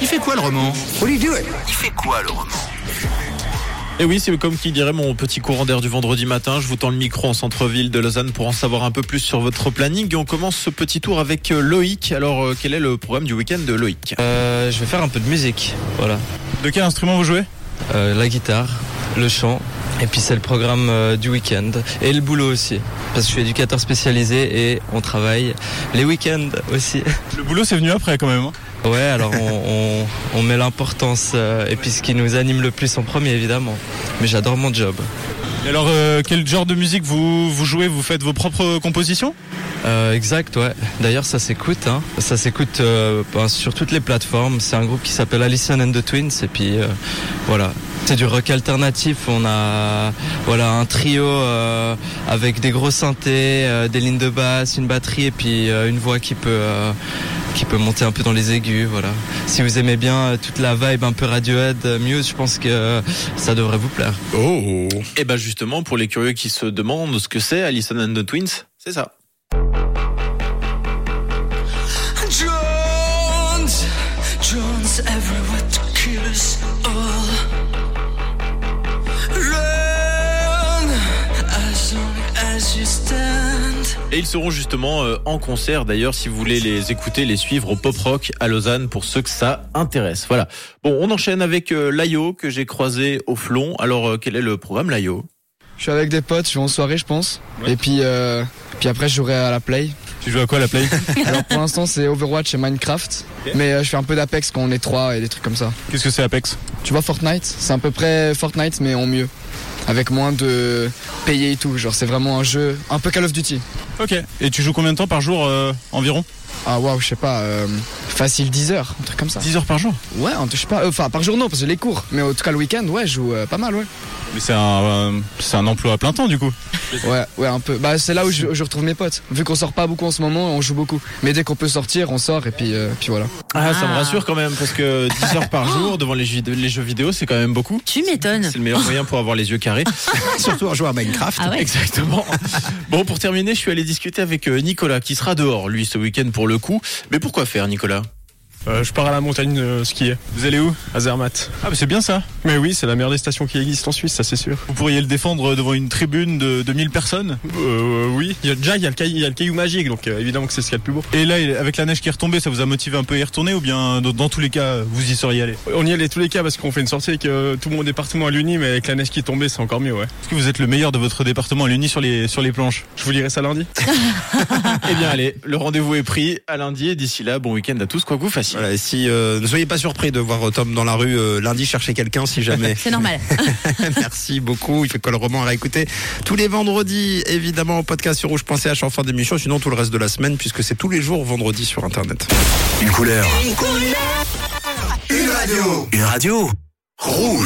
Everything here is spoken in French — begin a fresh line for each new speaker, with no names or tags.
Il fait quoi le roman
Et oui, c'est comme qui dirait mon petit courant d'air du vendredi matin. Je vous tends le micro en centre-ville de Lausanne pour en savoir un peu plus sur votre planning. Et on commence ce petit tour avec euh, Loïc. Alors, euh, quel est le programme du week-end de Loïc
Euh, je vais faire un peu de musique, voilà.
De quel instrument vous jouez
Euh, la guitare, le chant, et puis c'est le programme euh, du week-end. Et le boulot aussi, parce que je suis éducateur spécialisé et on travaille les week-ends aussi.
Le boulot, c'est venu après quand même. hein.
Ouais, alors on, on, on met l'importance euh, et puis ce qui nous anime le plus en premier évidemment. Mais j'adore mon job.
Et alors, euh, quel genre de musique vous, vous jouez Vous faites vos propres compositions
Euh, exact, ouais. D'ailleurs, ça s'écoute, hein. Ça s'écoute euh, ben, sur toutes les plateformes. C'est un groupe qui s'appelle Alison and the Twins. Et puis, euh, voilà. C'est du rock alternatif. On a, voilà, un trio euh, avec des gros synthés, euh, des lignes de basse, une batterie et puis euh, une voix qui peut, euh, qui peut monter un peu dans les aigus, voilà. Si vous aimez bien euh, toute la vibe un peu Radiohead, euh, Muse, je pense que euh, ça devrait vous plaire.
Oh
Eh ben justement, pour les curieux qui se demandent ce que c'est Alison and the Twins, c'est ça.
Drones, drones everywhere to kill us all. Run as long as you stand.
Et ils seront justement euh, en concert d'ailleurs si vous voulez les écouter, les suivre au Pop Rock à Lausanne pour ceux que ça intéresse. Voilà. Bon, on enchaîne avec euh, Layo que j'ai croisé au Flon. Alors, euh, quel est le programme Layo
Je suis avec des potes, je suis en soirée je pense. Et puis, euh, puis après je jouerai à la play.
Tu joues à quoi la play
Alors pour l'instant c'est Overwatch et Minecraft. Mais euh, je fais un peu d'Apex quand on est trois et des trucs comme ça.
Qu'est-ce que c'est Apex
Tu vois Fortnite C'est à peu près Fortnite mais en mieux. Avec moins de payer et tout. Genre c'est vraiment un jeu un peu Call of Duty.
Ok. Et tu joues combien de temps par jour euh, environ
Ah waouh, je sais pas, euh, facile 10 heures, un truc comme ça.
10 heures par jour.
Ouais, un- je sais pas, euh, enfin par jour non parce que j'ai les cours. Mais en tout cas le week-end ouais je joue euh, pas mal ouais.
Mais c'est un, euh, c'est un emploi à plein temps du coup.
Ouais, ouais un peu. Bah c'est là où je, je retrouve mes potes. Vu qu'on sort pas beaucoup en ce moment, on joue beaucoup. Mais dès qu'on peut sortir, on sort et puis, euh, puis voilà.
Ah, ça me rassure quand même, parce que 10 heures par jour devant les jeux, les jeux vidéo, c'est quand même beaucoup.
Tu m'étonnes.
C'est le meilleur moyen pour avoir les yeux carrés.
Surtout en jouant à Minecraft.
Ah ouais
Exactement. Bon, pour terminer, je suis allé discuter avec euh, Nicolas, qui sera dehors, lui, ce week-end pour le coup. Mais pourquoi faire, Nicolas
Euh, je pars à la montagne euh, skier,
Vous allez où
à Zermatt.
Ah, bah, c'est bien ça.
Mais oui, c'est la meilleure des stations qui existe en Suisse, ça c'est sûr.
Vous pourriez le défendre devant une tribune de, de 1000 personnes.
Euh, oui, il y a, déjà il y, a le caillou- il y a le caillou magique, donc euh, évidemment que c'est ce qu'il y a de plus beau.
Et là, avec la neige qui est retombée, ça vous a motivé un peu à y retourner ou bien dans, dans tous les cas, vous y seriez allé
On y allait tous les cas parce qu'on fait une sortie avec euh, tout mon département à l'Uni, mais avec la neige qui est tombée, c'est encore mieux, ouais.
Est-ce que vous êtes le meilleur de votre département à l'Uni sur les, sur les planches
Je vous lirai ça lundi.
Eh
Ah.
bien, allez, le rendez-vous est pris à lundi. Et d'ici là, bon week-end à tous, quoi que vous fassiez.
Voilà, et si, euh, ne soyez pas surpris de voir Tom dans la rue euh, lundi chercher quelqu'un si jamais.
C'est normal.
Merci beaucoup. Il fait quoi le roman à réécouter tous les vendredis, évidemment, au podcast sur rouge.ch en fin d'émission. Sinon, tout le reste de la semaine, puisque c'est tous les jours vendredi sur Internet.
Une couleur. Une radio. Une radio. Rouge.